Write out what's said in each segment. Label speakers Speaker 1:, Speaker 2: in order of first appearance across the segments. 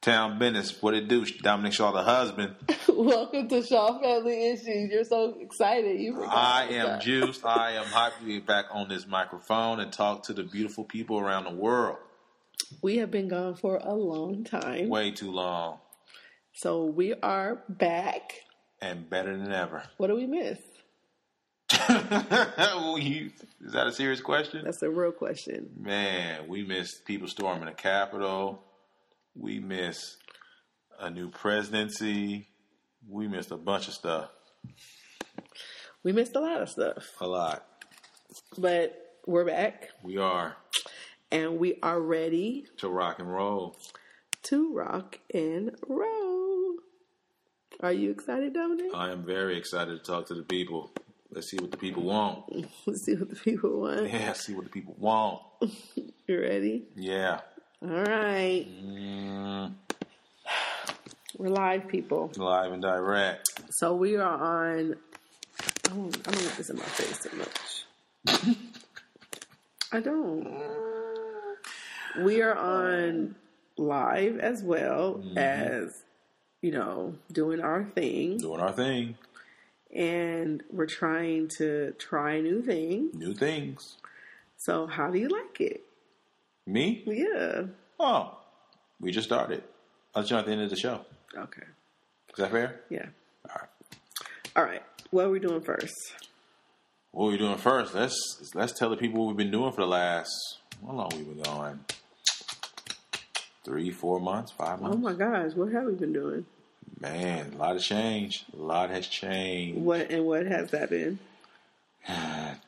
Speaker 1: Town business. What it do? Dominic Shaw, the husband.
Speaker 2: Welcome to Shaw Family Issues. You're so excited. You forgot
Speaker 1: I
Speaker 2: about
Speaker 1: am
Speaker 2: that.
Speaker 1: juiced. I am hyped to be back on this microphone and talk to the beautiful people around the world.
Speaker 2: We have been gone for a long time.
Speaker 1: Way too long
Speaker 2: So we are back.
Speaker 1: and better than ever.
Speaker 2: What do we miss?
Speaker 1: Well, you- Is that a serious question?
Speaker 2: That's a real question.
Speaker 1: Man, we missed people storming the Capitol. We missed a new presidency. We missed a bunch of stuff.
Speaker 2: We missed a lot of stuff,
Speaker 1: A lot.
Speaker 2: but we're back
Speaker 1: We are
Speaker 2: and we are ready
Speaker 1: to rock and roll.
Speaker 2: to rock and roll. Are you excited, Dominic?
Speaker 1: I am very excited to talk to the people. Let's see what the people want.
Speaker 2: Let's see what the people want.
Speaker 1: Yeah, see what the people want.
Speaker 2: You ready?
Speaker 1: Yeah.
Speaker 2: All right.
Speaker 1: Mm,
Speaker 2: We're live, people.
Speaker 1: live and direct.
Speaker 2: So we are on. oh, I don't, I don't want this in my face too much. I don't. We are on live as well as, you know, doing our thing.
Speaker 1: Doing our thing.
Speaker 2: And we're trying to try new things.
Speaker 1: New things.
Speaker 2: So, how do you like it?
Speaker 1: Me?
Speaker 2: Yeah.
Speaker 1: Oh, we just started. I'll let you know at the end of the show.
Speaker 2: Okay.
Speaker 1: Is that fair?
Speaker 2: Yeah.
Speaker 1: All right.
Speaker 2: All right. What are we doing first?
Speaker 1: What are we doing first? Let's let's tell the people what we've been doing for the last how long we've been going? Three, four months, five
Speaker 2: Oh
Speaker 1: months.
Speaker 2: my gosh, what have we been doing?
Speaker 1: Man, a lot of change. A lot has changed.
Speaker 2: What and what has that been?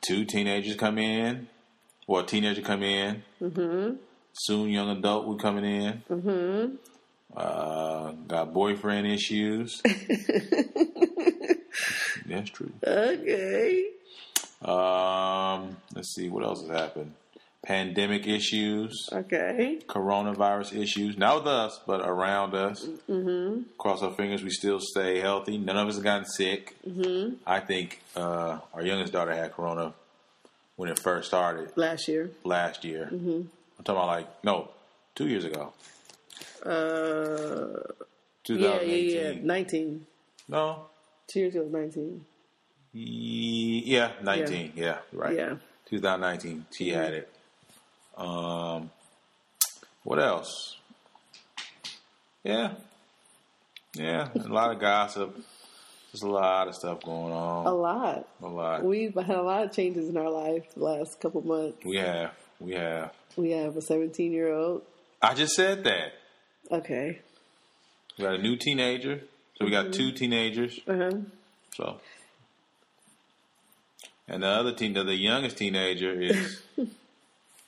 Speaker 1: Two teenagers come in. Well, a teenager come in. Mm-hmm. Soon, young adult would coming in. Mm-hmm. Uh, got boyfriend issues. That's true.
Speaker 2: Okay.
Speaker 1: Um, let's see what else has happened. Pandemic issues.
Speaker 2: Okay.
Speaker 1: coronavirus issues, not with us, but around us. Mm-hmm. Cross our fingers, we still stay healthy. None of us have gotten sick. Mm-hmm. I think uh, our youngest daughter had corona when it first started
Speaker 2: Last year.
Speaker 1: last year. Mm-hmm. I'm talking about like, no, two years ago.
Speaker 2: Uh, yeah, yeah,
Speaker 1: 2018.
Speaker 2: yeah. 19.
Speaker 1: No?
Speaker 2: Two years ago was 19.
Speaker 1: Ye- Yeah, 19. Yeah, right.
Speaker 2: Yeah.
Speaker 1: 2019, she had it. Um, what else? Yeah, yeah, a lot of gossip. Just a lot of stuff going
Speaker 2: A
Speaker 1: on.
Speaker 2: lot.
Speaker 1: A lot. We,
Speaker 2: We've had a lot of changes in our life the last couple months.
Speaker 1: have, we have.
Speaker 2: We have a 17 year old.
Speaker 1: I just said that
Speaker 2: Okay.
Speaker 1: we got a new teenager, so we got two teenagers.
Speaker 2: Uh huh.
Speaker 1: So, and the other teen, the, the youngest teenager is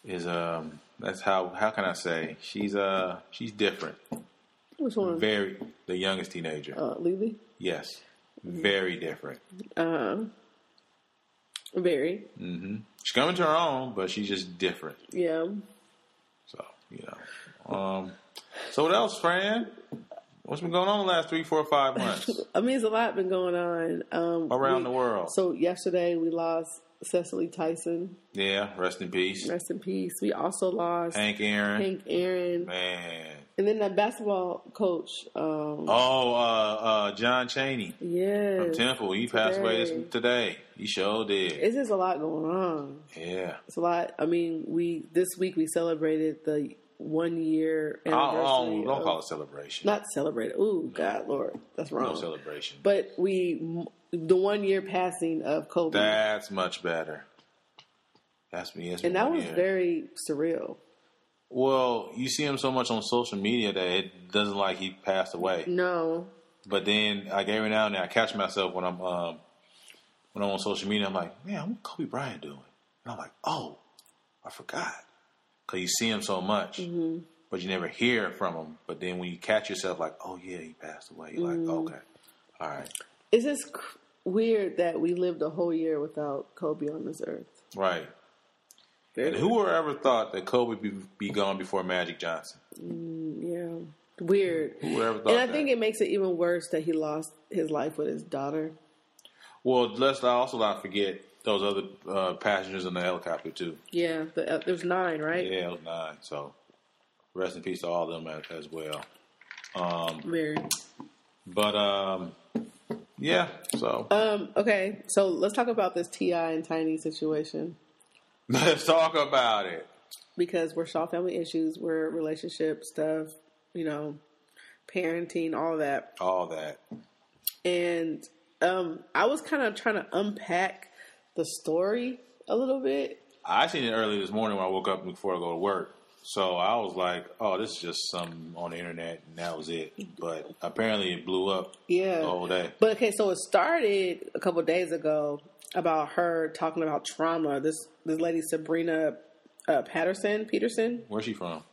Speaker 1: is um. That's how. How can I say? She's uh. She's different.
Speaker 2: Which one?
Speaker 1: Very. The youngest teenager.
Speaker 2: uh, Lily?
Speaker 1: Yes. Very different.
Speaker 2: Uh huh. Very.
Speaker 1: She's coming to her own, but she's just different.
Speaker 2: Yeah.
Speaker 1: So, you know. Um, so what else, Fran? What's been going on the last three, four, five months
Speaker 2: I mean, it's a lot been going on. Um,
Speaker 1: around
Speaker 2: we-
Speaker 1: the world?
Speaker 2: So, yesterday we lost Cecily Tyson.
Speaker 1: yeah, rest in peace.
Speaker 2: Rest in peace. We also lost Hank,
Speaker 1: Hank Aaron.
Speaker 2: Aaron.
Speaker 1: Man.
Speaker 2: And then that basketball coach. Um,
Speaker 1: Oh, uh, uh, John Cheney from
Speaker 2: yeah.
Speaker 1: Temple. He passed away
Speaker 2: Today.
Speaker 1: this, today. He sure did.
Speaker 2: It's just a lot going on.
Speaker 1: Yeah.
Speaker 2: It's a lot. I mean, we this week we celebrated the one year
Speaker 1: I, I don't,
Speaker 2: anniversary.
Speaker 1: Oh, don't
Speaker 2: of-
Speaker 1: call it celebration.
Speaker 2: not celebrated. Ooh, God, Lord, that's
Speaker 1: no
Speaker 2: wrong.
Speaker 1: celebration.
Speaker 2: but we the one year passing of Kobe,
Speaker 1: That's much better. That's me. That's
Speaker 2: and that
Speaker 1: one
Speaker 2: was
Speaker 1: year.
Speaker 2: very surreal.
Speaker 1: Well, you see him so much on social media that it doesn't like he passed away.
Speaker 2: No,
Speaker 1: But then, like every now and then, I catch myself when I'm um, when I'm on social media. I'm like, man, what Kobe Bryant doing? And I'm like, oh, I forgot. Cause you see him so much,
Speaker 2: Mm-hmm.
Speaker 1: but you never hear from him. But then when you catch yourself, like, oh yeah, he passed away. You're
Speaker 2: Mm-hmm.
Speaker 1: like, okay, all right,
Speaker 2: it's just cr- weird that we lived a whole year without Kobe on this earth.
Speaker 1: right. And who ever thought that Kobe be, be gone before Magic Johnson?
Speaker 2: Yeah, weird.
Speaker 1: Who ever thought?
Speaker 2: And I
Speaker 1: that?
Speaker 2: think it makes it even worse that he lost his life with his daughter.
Speaker 1: Well, let's not- also not forget those other uh, passengers in the helicopter too.
Speaker 2: Yeah, the, uh, there's nine, right?
Speaker 1: Yeah, it was nine. So rest in peace to all of them as, as well. Um,
Speaker 2: Very.
Speaker 1: but um, yeah, so
Speaker 2: Um, okay, so let's talk about this Ti and Tiny situation
Speaker 1: let's talk about it.
Speaker 2: because we're Shaw family issues, we're relationship stuff, you know, parenting, all that,
Speaker 1: All that.
Speaker 2: and um, I was kind of trying to unpack the story a little bit.
Speaker 1: I seen it early this morning when I woke up before I go to work. So I was like, "Oh, this is just something on the internet," and that was it. But apparently, it blew up
Speaker 2: Yeah.
Speaker 1: the whole day.
Speaker 2: But okay, so it started a couple days ago about her talking about trauma. This this lady Sabrina uh, Patterson Peterson,
Speaker 1: Where's she from?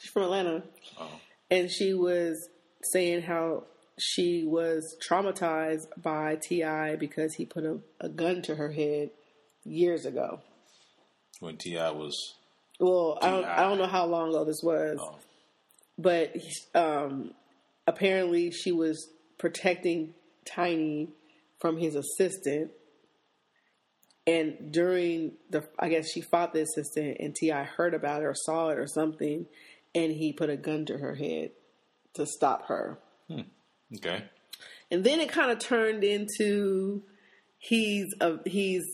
Speaker 2: she's from Atlanta,
Speaker 1: Oh,
Speaker 2: and she was saying how she was traumatized by Ti because he put a, a gun to her head years ago.
Speaker 1: when Ti was.
Speaker 2: Well, I don't I
Speaker 1: T.I..
Speaker 2: don't know how long ago this was,
Speaker 1: Oh.
Speaker 2: but um, apparently she was protecting Tiny from his assistant. And during the, I guess she fought the assistant, and Ti heard about it or saw it or something, and he put a gun to her head to stop her.
Speaker 1: Okay.
Speaker 2: And then it kind of turned into he's a he's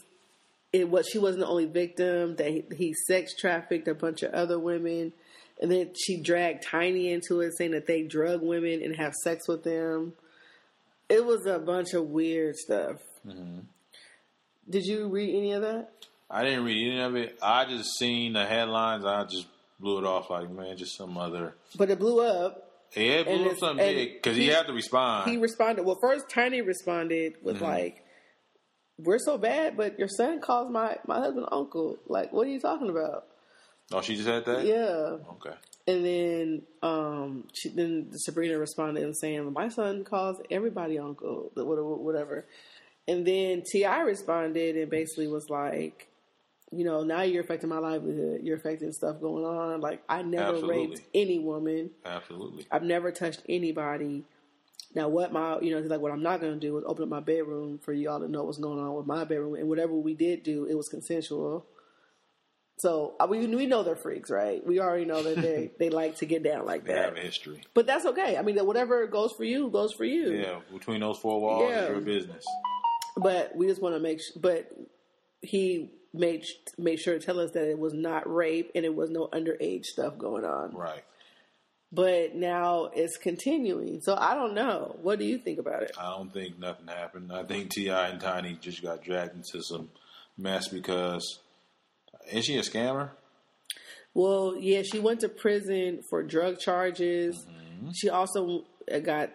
Speaker 2: it what she wasn't the only victim that he, he sex trafficked a bunch of other women and then she dragged Tiny into it saying that they drug women and have sex with them. It was a bunch of weird stuff. Did you read any of that?
Speaker 1: I didn't read any of it. I just seen the headlines. I just blew it off like, man, just some other.
Speaker 2: But it blew up.
Speaker 1: Yeah, it blew up
Speaker 2: it's-
Speaker 1: something
Speaker 2: and
Speaker 1: big because he,
Speaker 2: he-
Speaker 1: had to respond.
Speaker 2: He responded. Well, first Tiny responded with like, "We're so bad, but your son calls my my husband uncle. Like, what are you talking about?"
Speaker 1: oh, she just had that.
Speaker 2: Yeah.
Speaker 1: Okay.
Speaker 2: And then um, she, then Sabrina responded and saying, "My son calls everybody uncle, wh- wh- whatever." And then Ti responded and basically was like, "You know, now you're affecting my livelihood. You're affecting stuff going on. Like I never
Speaker 1: Absolutely.
Speaker 2: raped any woman.
Speaker 1: Absolutely.
Speaker 2: I've never touched anybody. Now what my you know he's like what I'm not going to do is open up my bedroom for y'all to know what's going on with my bedroom. And whatever we did do, it was consensual. So uh, we we know they're freaks, right? We already know that they they like to get down like
Speaker 1: They have
Speaker 2: that.
Speaker 1: a history.
Speaker 2: But that's okay. I mean, that whatever goes for you goes for you.
Speaker 1: Yeah, between those four walls,
Speaker 2: Yeah.
Speaker 1: it's your business.
Speaker 2: But we just want to make. Sh- but he made sh- made sure to tell us that it was not rape and it was no underage stuff going on.
Speaker 1: Right.
Speaker 2: But now it's continuing. So I don't know. What do you think about it?
Speaker 1: I don't think nothing happened. I think Ti and Tiny just got dragged into some mess because is she a scammer?
Speaker 2: Well, yeah, she went to prison for drug charges.
Speaker 1: Mm-hmm.
Speaker 2: She also uh, got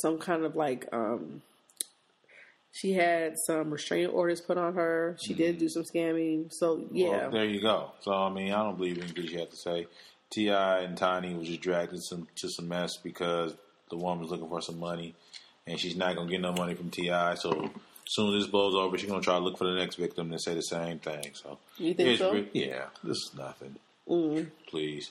Speaker 2: some kind of like um she had some restraining orders put on her. She did do some scamming. So, yeah.
Speaker 1: Mm-hmm. Well, there you go. So I mean, I don't believe anything she had to say. Ti and Tiny was just dragged into some to some mess because the woman was looking for some money, and she's not gonna get no money from Ti. So soon as this blows over, she's gonna try to look for the next victim and say the same thing. So
Speaker 2: You think
Speaker 1: it's
Speaker 2: so?
Speaker 1: re- yeah, this is nothing.
Speaker 2: Mm.
Speaker 1: Please,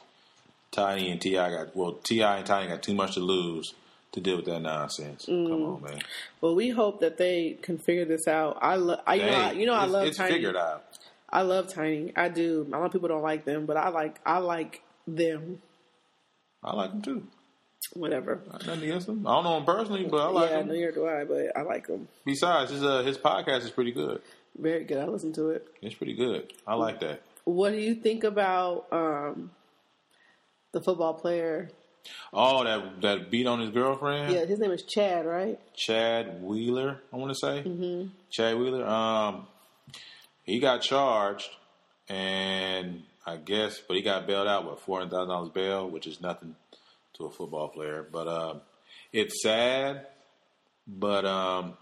Speaker 1: Tiny and Ti got well. Ti and Tiny got too much to lose to deal with that nonsense. Come
Speaker 2: Mm.
Speaker 1: on, man.
Speaker 2: Well, we hope that they can figure this out. I love I you know, I,
Speaker 1: Hey,
Speaker 2: you know I
Speaker 1: it's-
Speaker 2: love
Speaker 1: it's
Speaker 2: Tiny.
Speaker 1: figured out.
Speaker 2: I love Tiny. I do. A lot of people don't like them, but I like I like them.
Speaker 1: I like them too.
Speaker 2: Whatever.
Speaker 1: Nothing against them. I don't know him personally, but I like
Speaker 2: yeah,
Speaker 1: them.
Speaker 2: neither do I, but I like them.
Speaker 1: Besides, his uh, his podcast is pretty good.
Speaker 2: Very good. I listen to it.
Speaker 1: It's pretty good. I like that.
Speaker 2: What do you think about um, the football player?
Speaker 1: Oh, that that beat on his girlfriend,
Speaker 2: Yeah, his name is Chad, right?
Speaker 1: Chad Wheeler. I want to say
Speaker 2: Mm-hmm.
Speaker 1: Chad Wheeler. Um, he got charged, and I guess, but he got bailed out with four hundred thousand dollars bail, which is nothing to a football player. But um, it's sad. But um,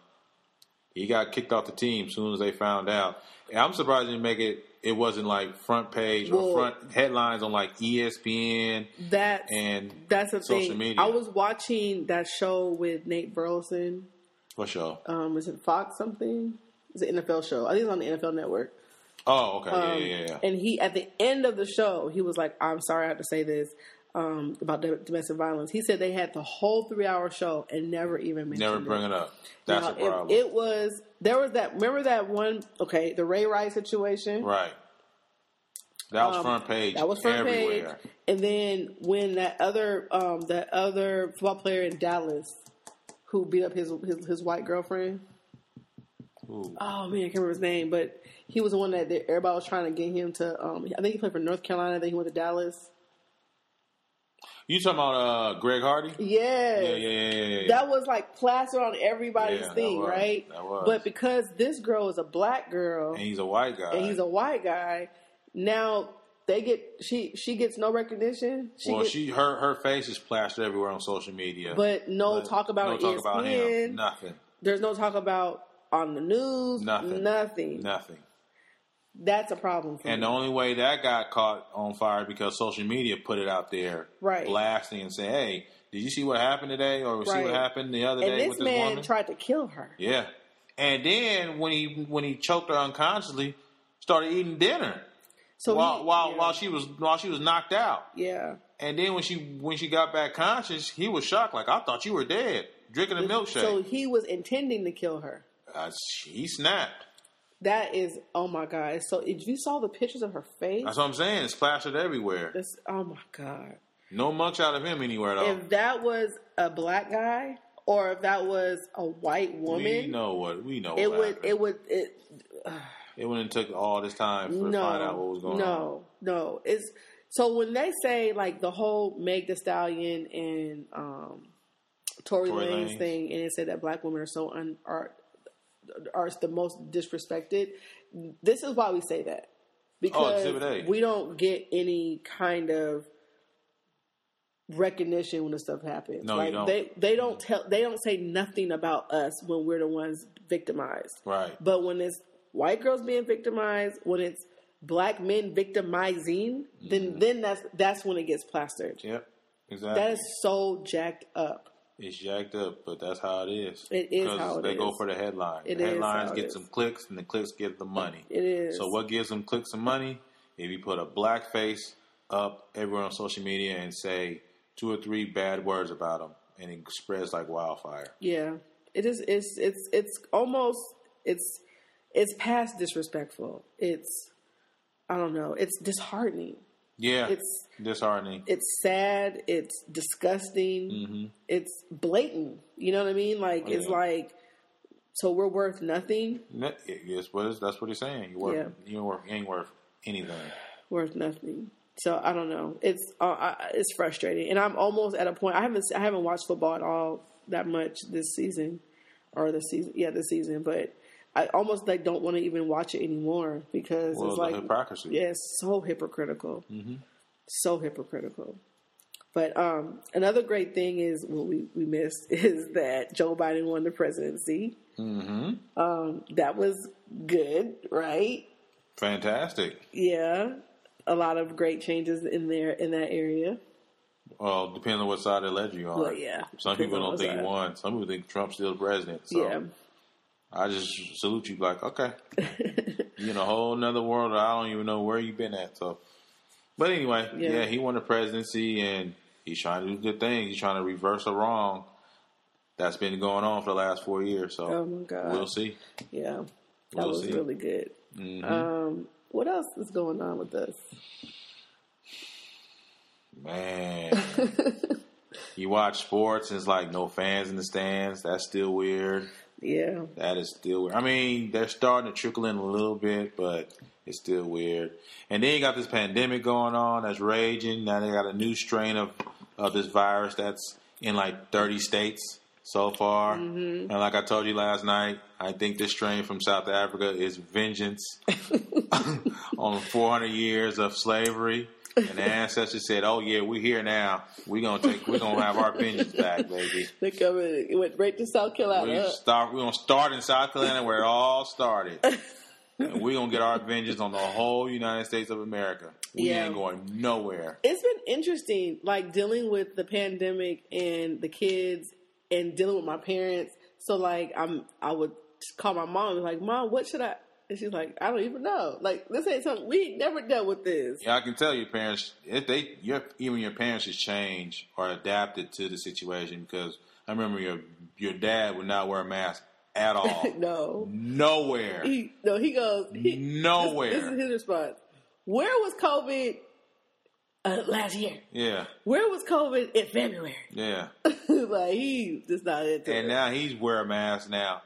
Speaker 1: he got kicked off the team as soon as they found out. And I'm surprised he didn't make it. It wasn't like front page
Speaker 2: Well-
Speaker 1: or front headlines on like E ESPN
Speaker 2: That's
Speaker 1: and
Speaker 2: that's the
Speaker 1: social
Speaker 2: thing.
Speaker 1: media.
Speaker 2: I was watching that show with Nate Burleson.
Speaker 1: for sure.
Speaker 2: Um, is it Fox something? It's an NFL show. I think it's on the NFL Network.
Speaker 1: Oh, okay,
Speaker 2: Um,
Speaker 1: yeah, yeah, yeah.
Speaker 2: And he at the end of the show, he was like, "I'm sorry, I have to say this." Um, about do- domestic violence, he said they had the whole three-hour show and never even mentioned
Speaker 1: Never bring
Speaker 2: it.
Speaker 1: it up. That's
Speaker 2: Now,
Speaker 1: a
Speaker 2: it-
Speaker 1: problem,
Speaker 2: It, was there was that. Remember that one? Okay, the Ray Rice situation.
Speaker 1: right? That was front page.
Speaker 2: Um, That was front
Speaker 1: everywhere.
Speaker 2: page. And then when that other um, that other football player in Dallas who beat up his his, his white girlfriend.
Speaker 1: Ooh.
Speaker 2: Oh man, I can't remember his name, but he was the one that that everybody was trying to get him to. Um, I think he played for North Carolina. Then he went to Dallas.
Speaker 1: You talking about uh, Greg Hardy?
Speaker 2: Yeah,
Speaker 1: Yeah, yeah, yeah, yeah, yeah.
Speaker 2: that was like plastered on everybody's
Speaker 1: Yeah, that
Speaker 2: thing,
Speaker 1: was,
Speaker 2: right?
Speaker 1: that was.
Speaker 2: But because this girl is a black girl,
Speaker 1: and he's a white guy.
Speaker 2: and he's a white guy. Now they get she she gets no recognition. She
Speaker 1: well,
Speaker 2: gets,
Speaker 1: she her her face is plastered everywhere on social media.
Speaker 2: but no talk about E
Speaker 1: no
Speaker 2: it
Speaker 1: talk
Speaker 2: ESPN.
Speaker 1: about him. Nothing.
Speaker 2: There's no talk about on the news.
Speaker 1: Nothing.
Speaker 2: Nothing.
Speaker 1: Nothing.
Speaker 2: That's a problem. For
Speaker 1: And
Speaker 2: me.
Speaker 1: the only way that got caught on fire because social media put it out there,
Speaker 2: Right.
Speaker 1: blasting and saying, "Hey, did you see what happened today, or see
Speaker 2: Right.
Speaker 1: what happened the other
Speaker 2: and
Speaker 1: day
Speaker 2: this
Speaker 1: with this
Speaker 2: man
Speaker 1: woman?"
Speaker 2: tried to kill her.
Speaker 1: yeah. And then when he when he choked her unconsciously, started eating dinner
Speaker 2: So
Speaker 1: while
Speaker 2: he,
Speaker 1: while
Speaker 2: yeah,
Speaker 1: while she was while she was knocked out.
Speaker 2: yeah.
Speaker 1: And then when she when she got back conscious, he was shocked. Like I thought you were dead, drinking a milkshake.
Speaker 2: So he was intending to kill her.
Speaker 1: Uh, he snapped.
Speaker 2: That is oh my god. So if you saw the pictures of her face,
Speaker 1: That's what I'm saying. It's plastered everywhere.
Speaker 2: that's, oh my god.
Speaker 1: No monks out of him anywhere at all.
Speaker 2: If that was a black guy or if that was a white woman,
Speaker 1: we know what we know.
Speaker 2: it
Speaker 1: what
Speaker 2: would
Speaker 1: happened.
Speaker 2: it would it
Speaker 1: It wouldn't took all this time for, to
Speaker 2: no
Speaker 1: find out what was going
Speaker 2: no
Speaker 1: on.
Speaker 2: no it's so when they say like the whole Meg the Stallion and um Tory,
Speaker 1: Tory
Speaker 2: Lanez
Speaker 1: Lanez.
Speaker 2: thing and it said that black women are so un are are the most disrespected this is why we say that because
Speaker 1: Oh, Exhibit A.
Speaker 2: we don't get any kind of recognition when this stuff happens
Speaker 1: No, you
Speaker 2: like
Speaker 1: don't.
Speaker 2: they they don't tell they don't say nothing about us when we're the ones victimized
Speaker 1: Right.
Speaker 2: but when it's white girls being victimized, when it's black men victimizing, then then that's that's when it gets plastered.
Speaker 1: Yep. Exactly.
Speaker 2: That is so jacked up.
Speaker 1: it's jacked up, but that's how it is.
Speaker 2: It is
Speaker 1: 'Cause
Speaker 2: how it
Speaker 1: they go
Speaker 2: is.
Speaker 1: for the headline.
Speaker 2: It
Speaker 1: the
Speaker 2: is
Speaker 1: headlines
Speaker 2: how it
Speaker 1: get
Speaker 2: is.
Speaker 1: some clicks, and the clicks get the money.
Speaker 2: It is.
Speaker 1: So what gives them clicks and money? If you put a black face up everywhere on social media and say two or three bad words about them, and it spreads like wildfire.
Speaker 2: Yeah, it is. It's it's it's almost it's it's past disrespectful. It's I don't know. It's disheartening.
Speaker 1: Yeah,
Speaker 2: It's-
Speaker 1: disheartening.
Speaker 2: It's sad. It's disgusting. It's blatant. You know what I mean? Like it's
Speaker 1: Mm-hmm. yeah.
Speaker 2: like so we're worth nothing.
Speaker 1: No, it- Yes, what is that's what he's saying. You worth,
Speaker 2: Yeah.
Speaker 1: you ain't worth, you ain't worth anything.
Speaker 2: worth nothing. So I don't know. It's uh, I- it's frustrating, and I'm almost at a point. I haven't I haven't watched football at all that much this season, or the season yeah this season. But I almost like don't want to even watch it anymore because
Speaker 1: Well,
Speaker 2: it's
Speaker 1: the Mm-hmm.
Speaker 2: like
Speaker 1: hypocrisy.
Speaker 2: Yeah, it's so hypocritical. So hypocritical. But um, another great thing is what we, we missed is that Joe Biden won the presidency.
Speaker 1: Mm-hmm.
Speaker 2: Um, that was good, right?
Speaker 1: Fantastic.
Speaker 2: Yeah, a lot of great changes in there in that area.
Speaker 1: Well, depending on what side they led you on.
Speaker 2: Well, yeah.
Speaker 1: Some people
Speaker 2: Depends on
Speaker 1: don't
Speaker 2: what
Speaker 1: think he
Speaker 2: side.
Speaker 1: won. Some people think Trump's still president. So
Speaker 2: yeah,
Speaker 1: I just salute you. Like, okay, you in a whole nother world. I don't even know where you've been at. So, but anyway,
Speaker 2: Yeah.
Speaker 1: yeah. he won the presidency, and he's trying to do good things. He's trying to reverse a wrong that's been going on for the last four years. So,
Speaker 2: Oh, my God.
Speaker 1: we'll see.
Speaker 2: yeah, that
Speaker 1: We'll
Speaker 2: was
Speaker 1: see. Mm-hmm.
Speaker 2: really good. Um, what else is going on with us?
Speaker 1: Man. you watch sports and it's like no fans in the stands. That's still weird.
Speaker 2: Yeah,
Speaker 1: That is still weird. I mean, they're starting to trickle in a little bit, but it's still weird. And then you got this pandemic going on that's raging. Now they got a new strain of, of this virus that's in like 30 states so far. And like I told you last night, I think this strain from South Africa is vengeance on 400 years of slavery. And the ancestors said, "Oh yeah, we're here now. We're gonna take. We're gonna have our vengeance back, baby."
Speaker 2: they coming. It went right to South
Speaker 1: We
Speaker 2: Carolina.
Speaker 1: start. We're gonna start in South Carolina where it all started. and we're gonna get our vengeance on the whole United States of America. We
Speaker 2: Yeah.
Speaker 1: ain't going nowhere.
Speaker 2: It's been interesting, like dealing with the pandemic and the kids, and dealing with my parents. So like, I'm I would call my mom and like, Mom, what should I? And she's like, I don't even know. Like this ain't something we ain't never dealt with this.
Speaker 1: Yeah, I can tell your parents if they your even your parents has changed or adapted to the situation because I remember your your dad would not wear a mask at all.
Speaker 2: No,
Speaker 1: Nowhere.
Speaker 2: he no he goes he,
Speaker 1: Nowhere.
Speaker 2: This, this is his response. Where was COVID uh, last year?
Speaker 1: Yeah,
Speaker 2: Where was COVID in February?
Speaker 1: yeah.
Speaker 2: like he just not into
Speaker 1: And
Speaker 2: it.
Speaker 1: now he's wearing masks now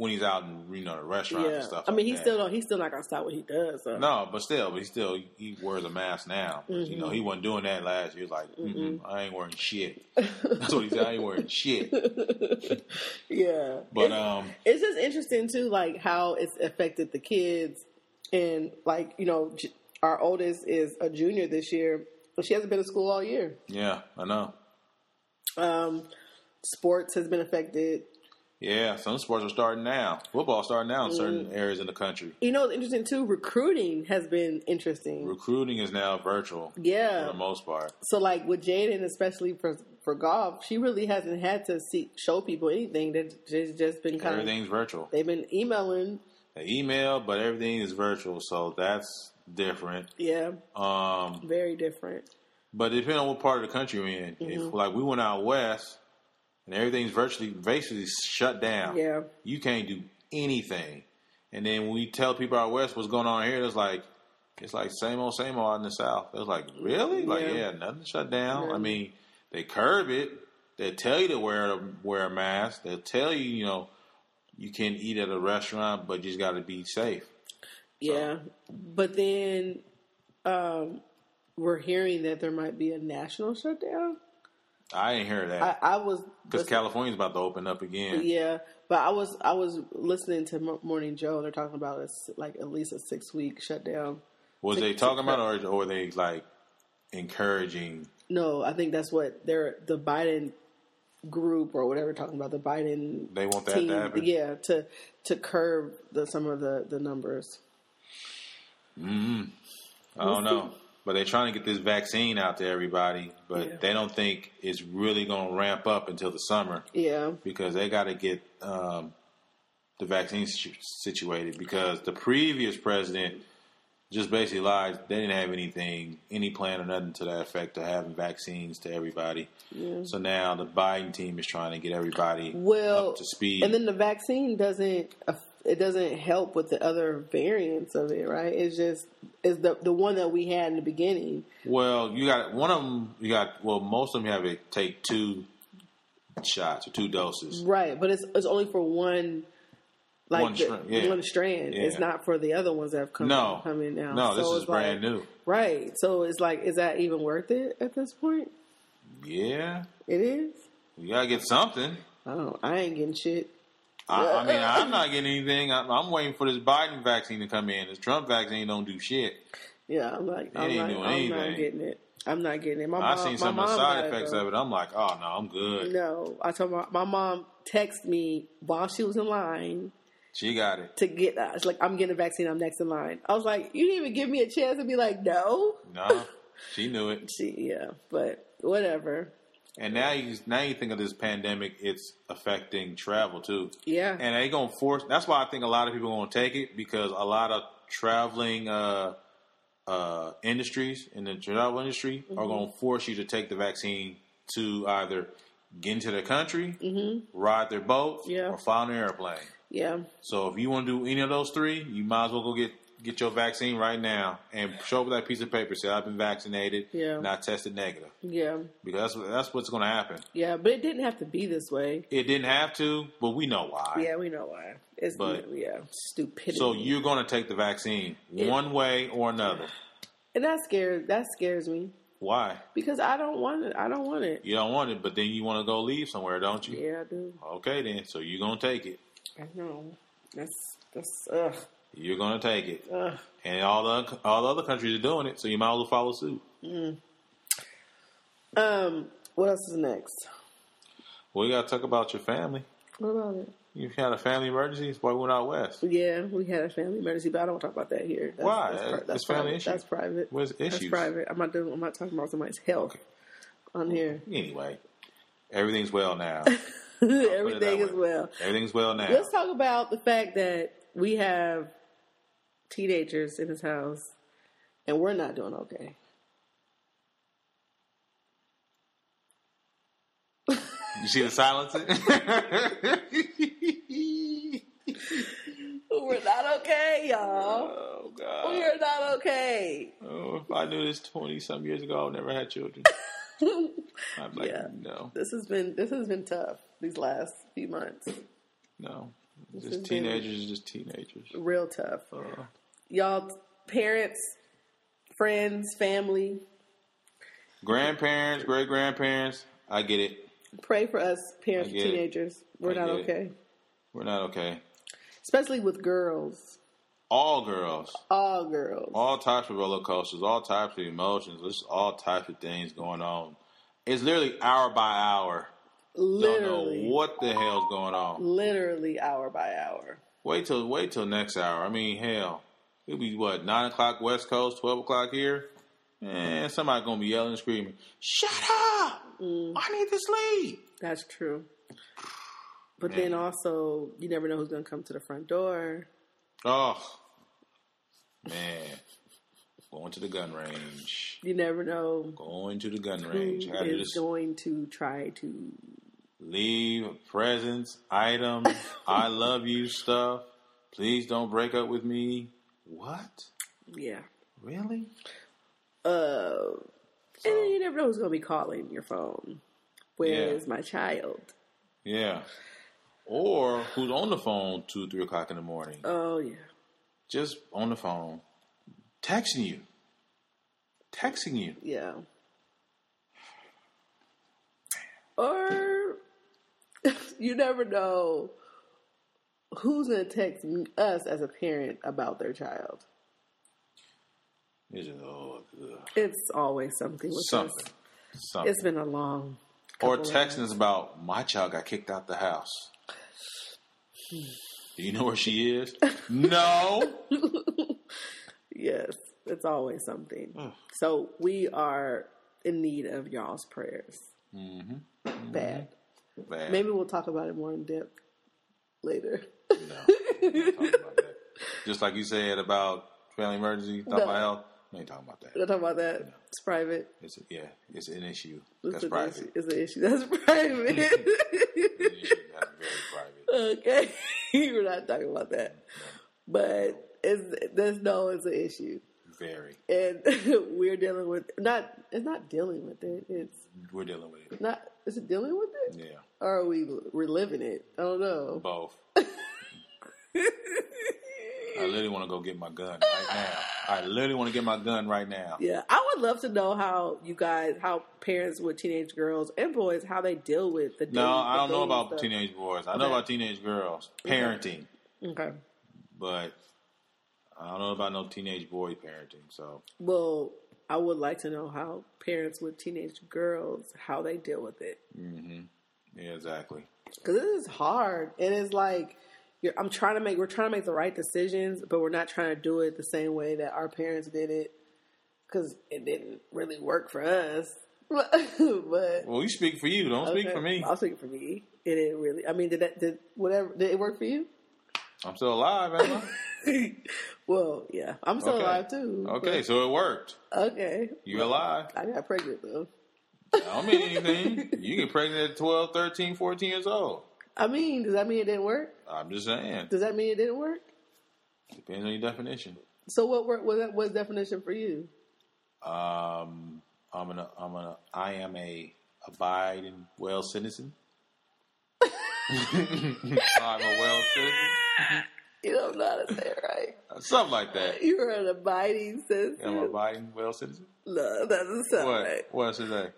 Speaker 1: when he's out in you know the restaurants
Speaker 2: yeah,
Speaker 1: and stuff.
Speaker 2: I
Speaker 1: like
Speaker 2: mean he
Speaker 1: that.
Speaker 2: still don't. He's still not gonna stop what he does. So.
Speaker 1: No, but still, but he still he wears a mask now. But, You know, he wasn't doing that last year. He was like, Mm-hmm. Mm-mm, I ain't wearing shit. That's what he said. I ain't wearing shit.
Speaker 2: Yeah,
Speaker 1: But
Speaker 2: It's-
Speaker 1: um,
Speaker 2: it's just interesting too, like how it's affected the kids, and like you know, j- our oldest is a junior this year, but she hasn't been to school all year.
Speaker 1: yeah, I know.
Speaker 2: Um, sports has been affected.
Speaker 1: Yeah, some sports are starting now. Football starting now in certain areas in the country.
Speaker 2: You know, it's interesting too. Recruiting has been interesting.
Speaker 1: Recruiting is now virtual for
Speaker 2: yeah.
Speaker 1: the most part.
Speaker 2: So like with Jaden, especially for for golf, she really hasn't had to see, show people anything. That just just been kind of
Speaker 1: Everything's virtual.
Speaker 2: they've been emailing.
Speaker 1: They email, but everything is virtual, so that's different.
Speaker 2: Yeah,
Speaker 1: Um,
Speaker 2: very different.
Speaker 1: But depending on what part of the country you're in, if like we went out west and everything's virtually basically shut down,
Speaker 2: Yeah.
Speaker 1: you can't do anything. And then when we tell people out west what's going on here, it's like it's like same old same old out in the south. It's like really, like
Speaker 2: Yeah.
Speaker 1: yeah, nothing shut down. I mean, they curb it. They tell you to wear a, wear a mask. They'll tell you, you know, you can eat at a restaurant, but you just got to be safe.
Speaker 2: Yeah, but then um, we're hearing that there might be a national shutdown.
Speaker 1: I didn't hear
Speaker 2: I,
Speaker 1: that
Speaker 2: I was
Speaker 1: because California's about to open up again.
Speaker 2: yeah, but I was I was listening to Mo- Morning Joe. and They're talking about a s like at least a six week shutdown.
Speaker 1: Was
Speaker 2: to-
Speaker 1: they
Speaker 2: to
Speaker 1: talking
Speaker 2: cut-
Speaker 1: about, or, or were they like encouraging?
Speaker 2: No, I think that's what they're the Biden group or whatever talking about the Biden
Speaker 1: They want that
Speaker 2: team.
Speaker 1: to happen.
Speaker 2: Yeah, to to curb the some of the the numbers.
Speaker 1: I don't know, but they're trying to get this vaccine out to everybody, but
Speaker 2: Yeah.
Speaker 1: they don't think it's really going to ramp up until the summer
Speaker 2: Yeah,
Speaker 1: because they got to get um, the vaccine situ- situated because the previous president just basically lied. They didn't have anything, any plan or nothing to that effect of having vaccines to everybody. So now the Biden team is trying to get everybody
Speaker 2: well,
Speaker 1: up to speed.
Speaker 2: and then the vaccine doesn't it doesn't help with the other variants of it, right? It's just it's the the one that we had in the beginning.
Speaker 1: Well, you got one of them. You got well, most of them have it take two shots or two doses.
Speaker 2: Right, but it's it's only for one, like
Speaker 1: One
Speaker 2: the-
Speaker 1: strand, yeah.
Speaker 2: one strand. It's
Speaker 1: Yeah.
Speaker 2: not for the other ones that have come
Speaker 1: No,
Speaker 2: come in now.
Speaker 1: no, this
Speaker 2: So
Speaker 1: is
Speaker 2: it's like-
Speaker 1: brand new.
Speaker 2: Right, so it's like, is that even worth it at this point?
Speaker 1: Yeah,
Speaker 2: It is.
Speaker 1: you gotta get something.
Speaker 2: I don't. I ain't getting shit.
Speaker 1: I, I mean, I'm not getting anything. I, I'm waiting for this Biden vaccine to come in. This Trump vaccine don't do shit.
Speaker 2: Yeah, I'm like, I'm,
Speaker 1: ain't
Speaker 2: like,
Speaker 1: doing
Speaker 2: I'm not
Speaker 1: anything.
Speaker 2: getting it. I'm not getting it. My
Speaker 1: I
Speaker 2: mom,
Speaker 1: seen
Speaker 2: my
Speaker 1: some of the side
Speaker 2: mom got
Speaker 1: effects
Speaker 2: though.
Speaker 1: of it. I'm like, oh no, I'm good.
Speaker 2: No, I told my my mom texted me while she was in line
Speaker 1: She got it.
Speaker 2: to get. Uh, it's like I'm getting a vaccine. I'm next in line. I was like, you didn't even give me a chance to be like, no.
Speaker 1: No, she knew it.
Speaker 2: She yeah, but whatever.
Speaker 1: And now you now you think of this pandemic. It's affecting travel too.
Speaker 2: Yeah,
Speaker 1: and they gonna force. That's why I think a lot of people gonna take it because a lot of traveling uh, uh, industries in the travel industry are
Speaker 2: Mm-hmm.
Speaker 1: gonna force you to take the vaccine to either get into the country, ride their boat,
Speaker 2: Mm-hmm. Yeah.
Speaker 1: or fly on an airplane.
Speaker 2: yeah,
Speaker 1: So if you want to do any of those three, you might as well go get get your vaccine right now and show up with that piece of paper. Say I've been vaccinated,
Speaker 2: Yeah.
Speaker 1: and I tested negative
Speaker 2: yeah,
Speaker 1: because that's that's what's gonna happen.
Speaker 2: yeah. But it didn't have to be this way.
Speaker 1: It didn't have to, but we know why.
Speaker 2: Yeah, we know why. It's
Speaker 1: But-
Speaker 2: yeah, stupidity.
Speaker 1: So you're going to take the vaccine one way or another.
Speaker 2: and that scares that scares me
Speaker 1: Why?
Speaker 2: because I don't want it. I don't want it.
Speaker 1: You don't want it, but then you want to go leave somewhere, don't you?
Speaker 2: Yeah, I do.
Speaker 1: Okay, then. So you're going to take it.
Speaker 2: I know. That's that's ugh,
Speaker 1: You're going to take it,
Speaker 2: ugh.
Speaker 1: and all the all the other countries are doing it, so you might as well follow suit.
Speaker 2: Um, what else is next?
Speaker 1: Well, you got to talk about your family.
Speaker 2: What about it?
Speaker 1: You had a family emergency. That's why we went out west.
Speaker 2: Yeah, we had a family emergency, but I don't want to talk about that here. That's,
Speaker 1: Why?
Speaker 2: That's, pri-
Speaker 1: It's
Speaker 2: that's
Speaker 1: family
Speaker 2: private.
Speaker 1: issue.
Speaker 2: That's private.
Speaker 1: What's
Speaker 2: That's
Speaker 1: issues?
Speaker 2: private. I'm not doing. I'm not talking about somebody's health on here.
Speaker 1: Anyway, everything's well now.
Speaker 2: Everything is
Speaker 1: way.
Speaker 2: well.
Speaker 1: Everything's well now.
Speaker 2: Let's talk about the fact that we have teenagers in this house, and we're not doing okay.
Speaker 1: You see the silence?
Speaker 2: We're We're not okay, y'all.
Speaker 1: Oh God!
Speaker 2: We are not okay.
Speaker 1: Oh, if I knew this twenty some years ago, I would never had children. I'm like,
Speaker 2: Yeah.
Speaker 1: no,
Speaker 2: This has been this has been tough these last few months.
Speaker 1: no.
Speaker 2: is
Speaker 1: Just
Speaker 2: very-
Speaker 1: teenagers, just teenagers.
Speaker 2: Real tough.
Speaker 1: Uh,
Speaker 2: Y'all parents, friends, family,
Speaker 1: grandparents, great grandparents. I get it.
Speaker 2: pray for us parents
Speaker 1: I
Speaker 2: and
Speaker 1: get it.
Speaker 2: teenagers. We're
Speaker 1: I
Speaker 2: not
Speaker 1: get it.
Speaker 2: okay.
Speaker 1: We're not okay.
Speaker 2: Especially with girls.
Speaker 1: All girls,
Speaker 2: All girls.
Speaker 1: all types of roller coasters, all types of emotions, just all types of things going on. It's literally hour by hour.
Speaker 2: literally.
Speaker 1: Don't know what the hell's going on.
Speaker 2: Literally hour by hour.
Speaker 1: Wait till wait till next hour. I mean, hell, it'll be what nine o'clock West Coast, twelve o'clock here, and somebody gonna be yelling and screaming, "Shut up!
Speaker 2: Mm.
Speaker 1: I need to sleep."
Speaker 2: That's true. But then also, you never know who's going to come to the front door.
Speaker 1: Oh man, going to the gun range.
Speaker 2: You never know
Speaker 1: Going to the gun
Speaker 2: who
Speaker 1: range. How to
Speaker 2: is
Speaker 1: just
Speaker 2: going to try to.
Speaker 1: leave presents, items, I love you stuff. Please don't break up with me. What?
Speaker 2: Yeah.
Speaker 1: Really?
Speaker 2: Uh, And then
Speaker 1: So-
Speaker 2: you never know who's going to be calling your phone. Where is
Speaker 1: Yeah.
Speaker 2: my child?
Speaker 1: Yeah. Or who's on the phone two, three o'clock in the morning?
Speaker 2: Oh, yeah.
Speaker 1: Just on the phone, texting you, texting you.
Speaker 2: Yeah. Or you never know who's going to text m- us as a parent about their child.
Speaker 1: It's just, oh, ugh.
Speaker 2: It's always something with
Speaker 1: something,
Speaker 2: us.
Speaker 1: something.
Speaker 2: It's been a long.
Speaker 1: or
Speaker 2: couple
Speaker 1: texting us about my child got kicked out the house. Do you know where she is? no.
Speaker 2: Yes, it's always something.
Speaker 1: Mm.
Speaker 2: So we are in need of y'all's prayers.
Speaker 1: Mm-hmm.
Speaker 2: Bad.
Speaker 1: Man,
Speaker 2: Maybe we'll talk about it more in depth later.
Speaker 1: no. We ain't talking about that. Just like you said about family emergency, talking
Speaker 2: No.
Speaker 1: about health. We ain't talking about that.
Speaker 2: We'll talk about that. It's private.
Speaker 1: It's yeah, it's an issue.
Speaker 2: It's
Speaker 1: That's
Speaker 2: an
Speaker 1: private.
Speaker 2: Issue. It's an issue. That's private.
Speaker 1: An issue. That's very private.
Speaker 2: okay, we're not talking about that. But it's there's no, it's an issue,
Speaker 1: Very.
Speaker 2: and we're dealing with not. It's not dealing with it. It's
Speaker 1: We're dealing with it.
Speaker 2: not. Is it dealing with it?
Speaker 1: Yeah.
Speaker 2: Or are we reliving it? I don't know.
Speaker 1: Both. I literally want to go get my gun right now. I literally want to get my gun right now.
Speaker 2: yeah, I would love to know how you guys, how parents with teenage girls and boys, how they deal with the.
Speaker 1: No,
Speaker 2: dating-
Speaker 1: I
Speaker 2: the
Speaker 1: don't know
Speaker 2: dating
Speaker 1: about
Speaker 2: stuff.
Speaker 1: teenage boys. I know
Speaker 2: Okay.
Speaker 1: about teenage girls parenting,
Speaker 2: Okay.
Speaker 1: but I don't know about no teenage boy parenting. So
Speaker 2: Well, I would like to know how parents with teenage girls how they deal with it
Speaker 1: yeah, exactly.
Speaker 2: because this is hard, and it's like. You're, I'm trying to make we're trying to make the right decisions, but we're not trying to do it the same way that our parents did it because it didn't really work for us. but
Speaker 1: Well, you speak for you. Don't speak
Speaker 2: Okay.
Speaker 1: for me.
Speaker 2: I'll speak for me. It didn't really. I mean, did that? Did whatever? Did it work for you?
Speaker 1: I'm still alive, am
Speaker 2: well, yeah, I'm still
Speaker 1: Okay.
Speaker 2: alive too.
Speaker 1: I? Okay, so it worked.
Speaker 2: but- okay.
Speaker 1: You alive.
Speaker 2: I got pregnant though.
Speaker 1: I don't mean anything. You get pregnant at 12, 13, 14 years old.
Speaker 2: I mean, does that mean it didn't work?
Speaker 1: I'm just saying.
Speaker 2: Does that mean it didn't work?
Speaker 1: Depends on your definition.
Speaker 2: So what work? What that was definition for you?
Speaker 1: Um, I'm an I'm an I am a abide and well citizen. I'm a well citizen,
Speaker 2: You don't know how to say it right.
Speaker 1: something like that.
Speaker 2: You are an abiding citizen.
Speaker 1: Am I abiding well citizen?
Speaker 2: no, that doesn't sound right.
Speaker 1: What? What's it say?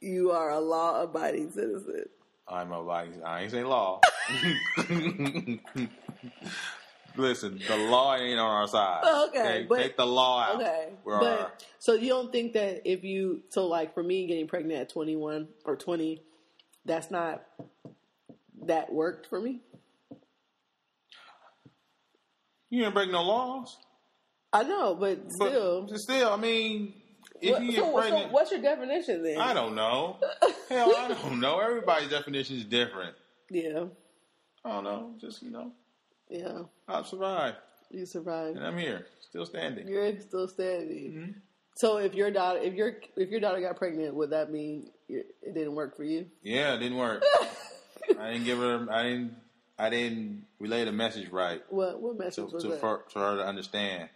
Speaker 2: You are a law abiding citizen.
Speaker 1: I'm abiding. I ain't say law. Listen, the law ain't on our side.
Speaker 2: Oh, Okay, but-
Speaker 1: take the law out.
Speaker 2: Okay.
Speaker 1: We're our-
Speaker 2: But so you don't think that if you so like for me getting pregnant at 21 or 20 that's not that worked for me?
Speaker 1: you didn't break no laws.
Speaker 2: I know, but
Speaker 1: But
Speaker 2: still
Speaker 1: just still, I mean, if
Speaker 2: What-
Speaker 1: you get
Speaker 2: so, so
Speaker 1: pregnant,
Speaker 2: what's your definition then?
Speaker 1: I don't know. Hell, I don't know. Everybody's definition is different.
Speaker 2: Yeah.
Speaker 1: I don't know. Just you know,
Speaker 2: Yeah.
Speaker 1: I've survived,
Speaker 2: You survived.
Speaker 1: and I'm here, still standing.
Speaker 2: You're still standing. So if your daughter if your if your daughter got pregnant would that mean you- it didn't work for you?
Speaker 1: Yeah, it didn't work. I didn't give her. I didn't I didn't relay the message right
Speaker 2: What what message
Speaker 1: to
Speaker 2: was
Speaker 1: to,
Speaker 2: that? Mm.
Speaker 1: for, for her to understand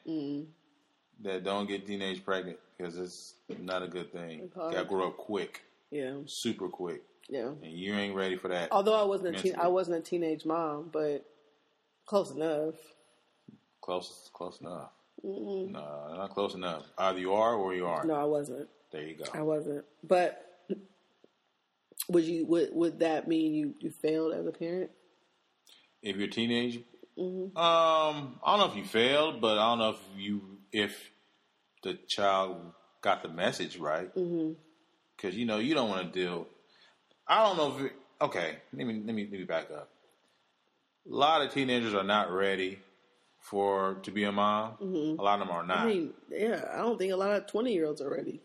Speaker 1: that don't get teenage pregnant because it's not a good thing.
Speaker 2: It's hard.
Speaker 1: Got to grow up quick,
Speaker 2: yeah,
Speaker 1: super quick,
Speaker 2: yeah.
Speaker 1: and you ain't ready for that.
Speaker 2: Although I wasn't a teen,
Speaker 1: Mentally.
Speaker 2: I wasn't a teenage mom, but close enough.
Speaker 1: Close, close enough. No, not close enough. Either you are or you aren't.
Speaker 2: No, I wasn't.
Speaker 1: There you go.
Speaker 2: I wasn't. But would you would would that mean you you failed as a parent?
Speaker 1: if you're a teenage, um, I don't know if you failed, but I don't know if you if the child got the message right. Because you know you don't want to deal. I don't know if it, okay. Let me let me let me back up. A lot of teenagers are not ready for to be a mom. A lot of them are not.
Speaker 2: I mean, yeah, I don't think a lot of twenty year olds are ready.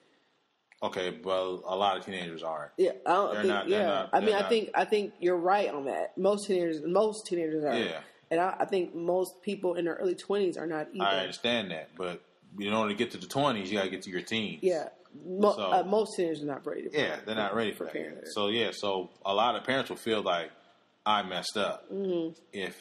Speaker 1: okay, but a lot of teenagers aren't.
Speaker 2: Yeah, I don't
Speaker 1: They're
Speaker 2: think.
Speaker 1: not- they're
Speaker 2: yeah,
Speaker 1: not-
Speaker 2: I mean,
Speaker 1: they're
Speaker 2: I
Speaker 1: not.
Speaker 2: think I think you're right on that. Most teenagers, most teenagers are.
Speaker 1: Yeah.
Speaker 2: And I, I think most people in their early twenties are not either.
Speaker 1: I understand that, but in order to get to the twenties, you got to get to your teens.
Speaker 2: Yeah, Mo-
Speaker 1: So-
Speaker 2: uh, most teenagers are not ready. for-
Speaker 1: Yeah, they're not ready for, that.
Speaker 2: parenthood.
Speaker 1: So yeah, so a lot of parents will feel like I messed up
Speaker 2: Mm-hmm.
Speaker 1: if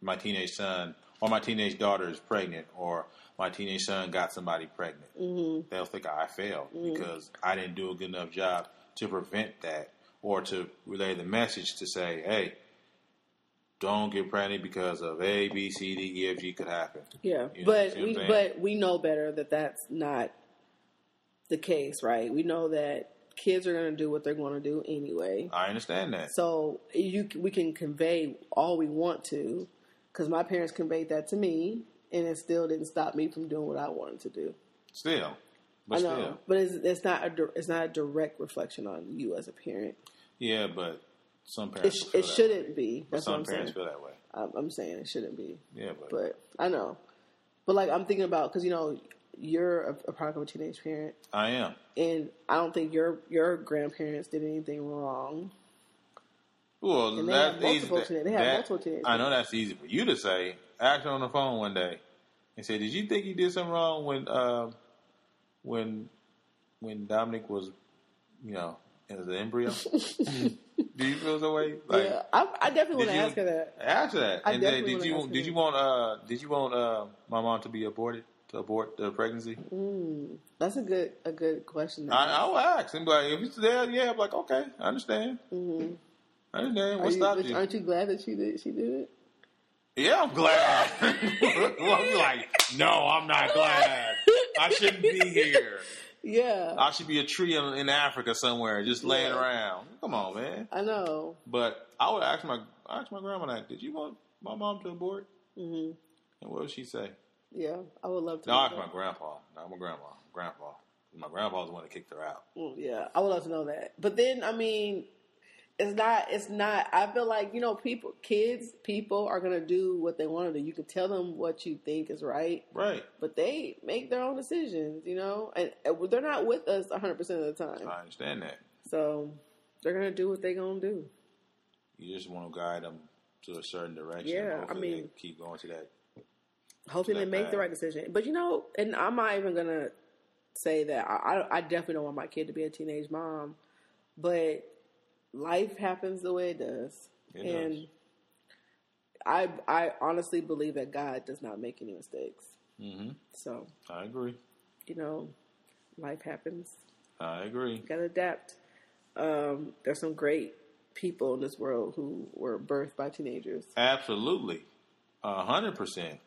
Speaker 1: my teenage son or my teenage daughter is pregnant or my teenage son got somebody pregnant.
Speaker 2: Mm-hmm.
Speaker 1: They'll think I failed because I didn't do a good enough job to prevent that or to relay the message to say, hey, don't get pregnant because of A, B, C, D, E, F, G could happen.
Speaker 2: yeah,
Speaker 1: You know,
Speaker 2: but
Speaker 1: see what
Speaker 2: we
Speaker 1: I'm saying?
Speaker 2: but we know better that that's not the case, right? We know that kids are going to do what they're going to do anyway.
Speaker 1: I understand that.
Speaker 2: So you we can convey all we want to, because my parents conveyed that to me, and it still didn't stop me from doing what I wanted to do.
Speaker 1: Still. But
Speaker 2: I know,
Speaker 1: still.
Speaker 2: but it's, it's not a dir- it's not a direct reflection on you as a parent.
Speaker 1: Yeah, but some
Speaker 2: It,
Speaker 1: parents
Speaker 2: sh-
Speaker 1: will feel
Speaker 2: it
Speaker 1: that way.
Speaker 2: shouldn't be. That's what
Speaker 1: some
Speaker 2: I'm
Speaker 1: parents
Speaker 2: saying.
Speaker 1: feel that way.
Speaker 2: I'm, I'm saying it shouldn't be.
Speaker 1: Yeah, but,
Speaker 2: But I know. But like I'm thinking about because you know you're a, a product of a teenage parent,
Speaker 1: I am.
Speaker 2: and I don't think your your grandparents did anything wrong.
Speaker 1: Well,
Speaker 2: And they
Speaker 1: that's
Speaker 2: have multiple
Speaker 1: easy.
Speaker 2: teenag- they have
Speaker 1: that,
Speaker 2: multiple teenagers.
Speaker 1: I know that's easy for you to say. Ask her on the phone one day and say, "Did you think you did something wrong when uh, when when Dominic was, you know, as an embryo? Do you feel that way? Like,
Speaker 2: yeah, I, I definitely
Speaker 1: did
Speaker 2: want to
Speaker 1: you-
Speaker 2: ask her that.
Speaker 1: ask that.
Speaker 2: I
Speaker 1: and then
Speaker 2: definitely
Speaker 1: did
Speaker 2: wanna
Speaker 1: you
Speaker 2: ask her
Speaker 1: did
Speaker 2: that.
Speaker 1: you want uh did you want uh my mom to be aborted to abort the pregnancy?
Speaker 2: Mm-hmm. That's a good a good question. to ask.
Speaker 1: I, I will ask and be like, if it's there, yeah, I'm like, okay, I understand. I understand. What
Speaker 2: Mm-hmm. Are you-
Speaker 1: stopped
Speaker 2: but
Speaker 1: you?
Speaker 2: Aren't you glad that she did? She did it.
Speaker 1: Yeah, I'm glad. well, I'm like, no, I'm not glad. I shouldn't be here.
Speaker 2: Yeah, I,
Speaker 1: I should be a tree in, in Africa somewhere, just laying
Speaker 2: Yeah.
Speaker 1: around. Come on, man.
Speaker 2: know.
Speaker 1: But I would ask my I asked my grandma that. Did you want my mom to abort?
Speaker 2: hmm
Speaker 1: And what would she say?
Speaker 2: Yeah, I would love to.
Speaker 1: No, I
Speaker 2: know
Speaker 1: asked my grandpa. No, my grandma. Grandpa. My grandpa was the one that kicked her out.
Speaker 2: that. Mm, yeah, I would love to know that. But then, I mean, it's not. It's not. I feel like you know, people, kids, people are gonna do what they want to do. You can tell them what you think is right,
Speaker 1: Right.
Speaker 2: but they make their own decisions. You know, and, and they're not with us hundred percent of the time.
Speaker 1: I understand that.
Speaker 2: So they're gonna do what they gonna do.
Speaker 1: You just want to guide them to a certain direction.
Speaker 2: Yeah, I
Speaker 1: Hopefully they
Speaker 2: mean-
Speaker 1: keep going to that.
Speaker 2: hoping
Speaker 1: Not
Speaker 2: they make
Speaker 1: bad.
Speaker 2: the right decision. But you know, and I'm not even gonna say that I, I, I definitely don't want my kid to be a teenage mom, but life happens the way it does,
Speaker 1: It
Speaker 2: and
Speaker 1: does.
Speaker 2: I I honestly believe that God does not make any mistakes.
Speaker 1: hmm
Speaker 2: So
Speaker 1: I agree.
Speaker 2: you know, life happens.
Speaker 1: I agree.
Speaker 2: You gotta adapt. Um, there's some great people in this world who were birthed by teenagers.
Speaker 1: Absolutely. A hundred percent.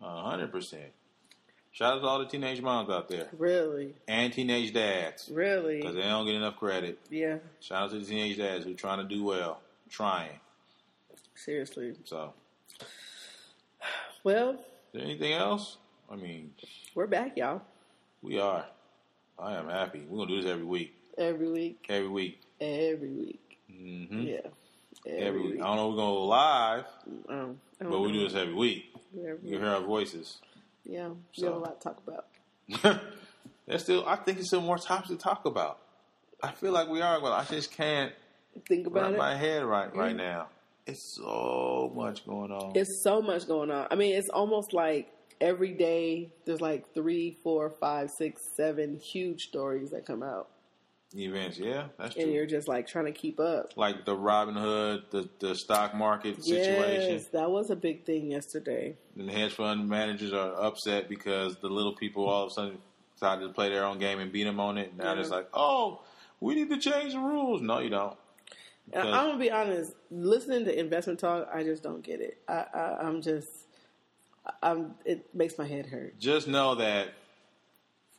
Speaker 1: A hundred percent. Shout out to all the teenage moms out there
Speaker 2: Really,
Speaker 1: and teenage dads because
Speaker 2: really,
Speaker 1: they don't get enough credit.
Speaker 2: yeah.
Speaker 1: Shout out to the teenage dads who are trying to do well, trying.
Speaker 2: Seriously.
Speaker 1: So,
Speaker 2: Well,
Speaker 1: is there anything else? I mean,
Speaker 2: we're back, y'all.
Speaker 1: we are. I am happy. We're gonna do this every week.
Speaker 2: Every week.
Speaker 1: Every week.
Speaker 2: Every week.
Speaker 1: hmm
Speaker 2: Yeah. Every,
Speaker 1: Every week. I don't know if we're gonna go live,
Speaker 2: Um, I don't
Speaker 1: but we
Speaker 2: know.
Speaker 1: do this every week.
Speaker 2: Every
Speaker 1: You can
Speaker 2: week.
Speaker 1: hear our voices.
Speaker 2: Yeah. We
Speaker 1: So.
Speaker 2: have a lot to talk about.
Speaker 1: There's still, I think, there's still more topics to talk about. I feel like we are, but I just can't
Speaker 2: Think
Speaker 1: wrap
Speaker 2: about it.
Speaker 1: my head right right
Speaker 2: Mhm.
Speaker 1: now. It's so much going on.
Speaker 2: It's so much going on. I mean, it's almost like every day there's like three, four, five, six, seven huge stories that come out.
Speaker 1: events. Yeah, that's
Speaker 2: and
Speaker 1: true.
Speaker 2: you're just like trying to keep up.
Speaker 1: Like the Robin Hood, the the stock market situation,
Speaker 2: Yes, that was a big thing yesterday.
Speaker 1: and hedge fund managers are upset because the little people all of a sudden decided to play their own game and beat them on it. Now
Speaker 2: Yeah.
Speaker 1: it's like, oh, we need to change the rules. No, you don't.
Speaker 2: And
Speaker 1: Because-
Speaker 2: I'm gonna be honest. Listening to investment talk, I just don't get it. I, I I'm just, I'm. It makes my head hurt.
Speaker 1: just know that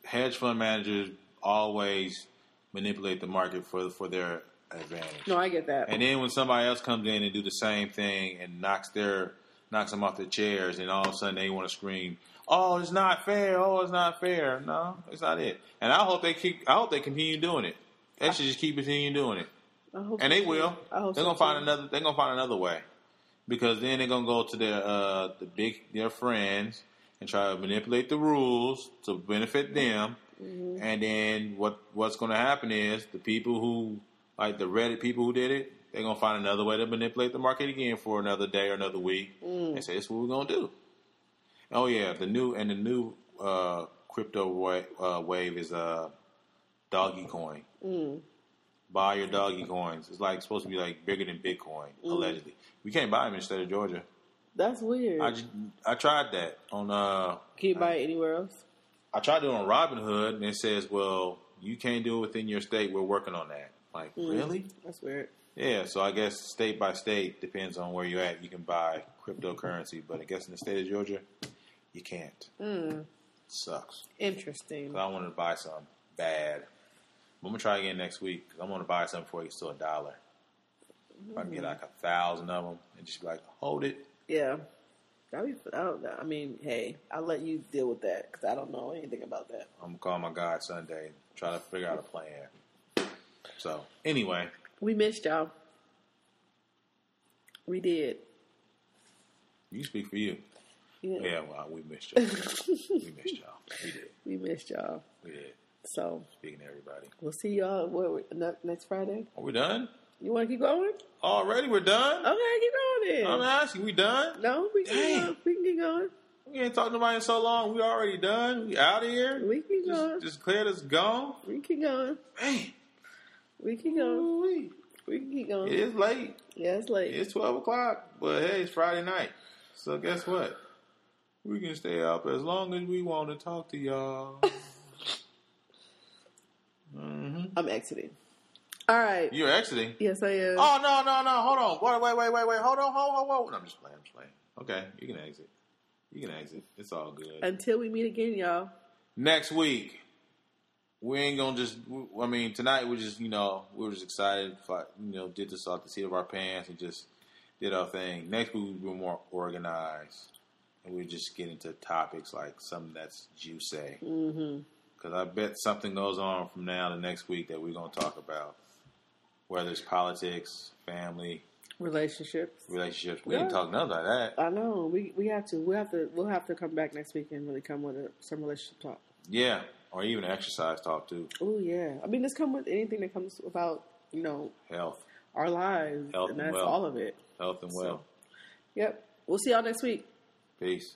Speaker 1: hedge fund managers always manipulate the market for for their advantage.
Speaker 2: No, I get that.
Speaker 1: And then when somebody else comes in and do the same thing and knocks their knocks them off their chairs, and all of a sudden they want to scream, "Oh, it's not fair! Oh, it's not fair!" No, it's not it. And I hope they keep. I hope they continue doing it. They should just keep continuing doing it,
Speaker 2: I hope
Speaker 1: and
Speaker 2: so
Speaker 1: they
Speaker 2: too.
Speaker 1: will.
Speaker 2: I hope
Speaker 1: They're
Speaker 2: so
Speaker 1: gonna find
Speaker 2: too.
Speaker 1: another. They're gonna find another way, because then they're gonna go to their uh, the big their friends and try to manipulate the rules to benefit them.
Speaker 2: Mm-hmm.
Speaker 1: And then what what's going to happen is the people who like the Reddit people who did it, they're gonna find another way to manipulate the market again for another day or another week,
Speaker 2: Mm.
Speaker 1: and say this is what we're gonna do. Oh yeah, the new and the new uh, crypto wa- uh, wave is uh, doggy coin. Buy your doggy coins. It's like supposed to be like bigger than Bitcoin allegedly. We can't buy them in the state of Georgia.
Speaker 2: That's weird.
Speaker 1: I just, I tried that on uh
Speaker 2: Can you buy it anywhere else?
Speaker 1: I tried to do it on Robinhood, and it says, "Well, you can't do it within your state. We're working on that." Like,
Speaker 2: Mm-hmm.
Speaker 1: really?
Speaker 2: That's weird.
Speaker 1: Yeah. So I guess state by state depends on where you're at. You can buy cryptocurrency, but I guess in the state of Georgia, you can't. Sucks.
Speaker 2: Interesting.
Speaker 1: 'Cause I wanted to buy some bad. I'm gonna try again next week 'cause I'm gonna buy some before it gets to a dollar. If I can get like a thousand of them and just be like, hold it.
Speaker 2: Yeah. That'd be, I don't know. I mean, hey, I'll let you deal with that because I don't know anything about that.
Speaker 1: I'm gonna call my guy Sunday, and try to figure out a plan. So anyway.
Speaker 2: We missed y'all. We did.
Speaker 1: You speak for you.
Speaker 2: Yeah,
Speaker 1: Yeah, well, we missed y'all. we missed y'all. We did.
Speaker 2: We missed y'all.
Speaker 1: We did.
Speaker 2: So
Speaker 1: Speaking to everybody.
Speaker 2: we'll see y'all what, ne- next Friday.
Speaker 1: Are we done?
Speaker 2: You want to keep going?
Speaker 1: Already, we're done?
Speaker 2: Okay, keep going
Speaker 1: I'm
Speaker 2: then.
Speaker 1: asking, we done?
Speaker 2: No, we can, keep
Speaker 1: Um, Dang.
Speaker 2: going. we can keep going.
Speaker 1: We ain't talked to nobody in so long. We already done. We out of here.
Speaker 2: We can keep going.
Speaker 1: Just, just clear this gone.
Speaker 2: we can keep going.
Speaker 1: Man.
Speaker 2: We can keep going.
Speaker 1: Ooh-wee.
Speaker 2: We can keep
Speaker 1: It
Speaker 2: going.
Speaker 1: is late.
Speaker 2: Yeah, it's late.
Speaker 1: It's 12 o'clock. But hey, it's Friday night. So guess what? We can stay up as long as we want to talk to y'all.
Speaker 2: I'm exiting. All right.
Speaker 1: You're exiting.
Speaker 2: Yes, I am.
Speaker 1: Oh no no no! Hold on! Wait wait wait wait wait! Hold on! Hold hold hold! No, I'm just playing. I'm just playing. Okay, you can exit. You can exit. It's all good.
Speaker 2: Until we meet again, y'all.
Speaker 1: Next week, we ain't gonna just. I mean, tonight we just you know we were just excited. fi- You know, did this off the seat of our pants and just did our thing. Next week we were more organized and we just get into topics like something that's juicy. Because
Speaker 2: Mm-hmm.
Speaker 1: I bet something goes on from now to next week that we're gonna talk about, whether it's politics, family
Speaker 2: Relationships.
Speaker 1: relationships. We
Speaker 2: Yeah.
Speaker 1: ain't talking nothing like that.
Speaker 2: I know. We we have to. We have to. We'll have to come back next week and really come with a, some relationship talk.
Speaker 1: Yeah, or even exercise talk too.
Speaker 2: Oh yeah. I mean, just come with anything that comes about you know
Speaker 1: Health,
Speaker 2: our lives,
Speaker 1: Health
Speaker 2: and
Speaker 1: and
Speaker 2: that's
Speaker 1: wealth.
Speaker 2: all of it.
Speaker 1: health and well.
Speaker 2: Yep. We'll see y'all next week.
Speaker 1: Peace.